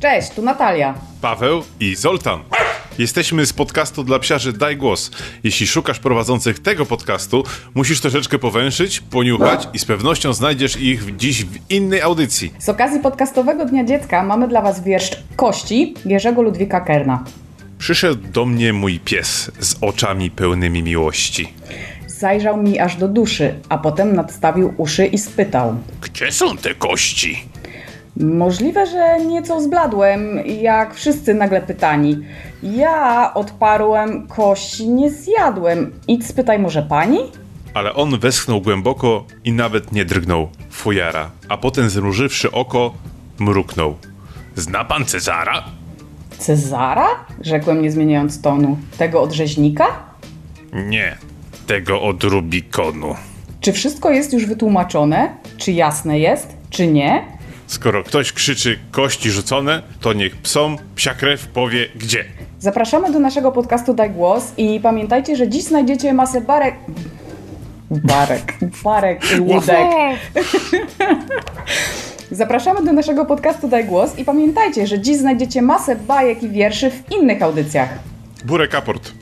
Cześć, tu Natalia. Paweł i Zoltan. Jesteśmy z podcastu dla psiarzy Daj Głos. Jeśli szukasz prowadzących tego podcastu, musisz troszeczkę powęszyć, poniuchać i z pewnością znajdziesz ich dziś w innej audycji. Z okazji podcastowego Dnia Dziecka mamy dla Was wiersz Kości Jerzego Ludwika Kerna. Przyszedł do mnie mój pies z oczami pełnymi miłości. Zajrzał mi aż do duszy, a potem nadstawił uszy i spytał. Gdzie są te kości? Możliwe, że nieco zbladłem, jak wszyscy nagle pytani. Ja odparłem, kości nie zjadłem. Idź spytaj może pani? Ale on westchnął głęboko i nawet nie drgnął. Fujara. A potem zmrużywszy oko, mruknął. Zna pan Cezara? Cezara? Rzekłem nie zmieniając tonu. Tego od rzeźnika? Nie. Tego od Rubikonu. Czy wszystko jest już wytłumaczone? Czy jasne jest? Czy nie? Skoro ktoś krzyczy kości rzucone, to niech psom psia krew powie gdzie. Zapraszamy do naszego podcastu Daj Głos i pamiętajcie, że dziś znajdziecie masę barek. Barek, barek i łódek. Zapraszamy do naszego podcastu Daj Głos i pamiętajcie, że dziś znajdziecie masę bajek i wierszy w innych audycjach. Burek aport.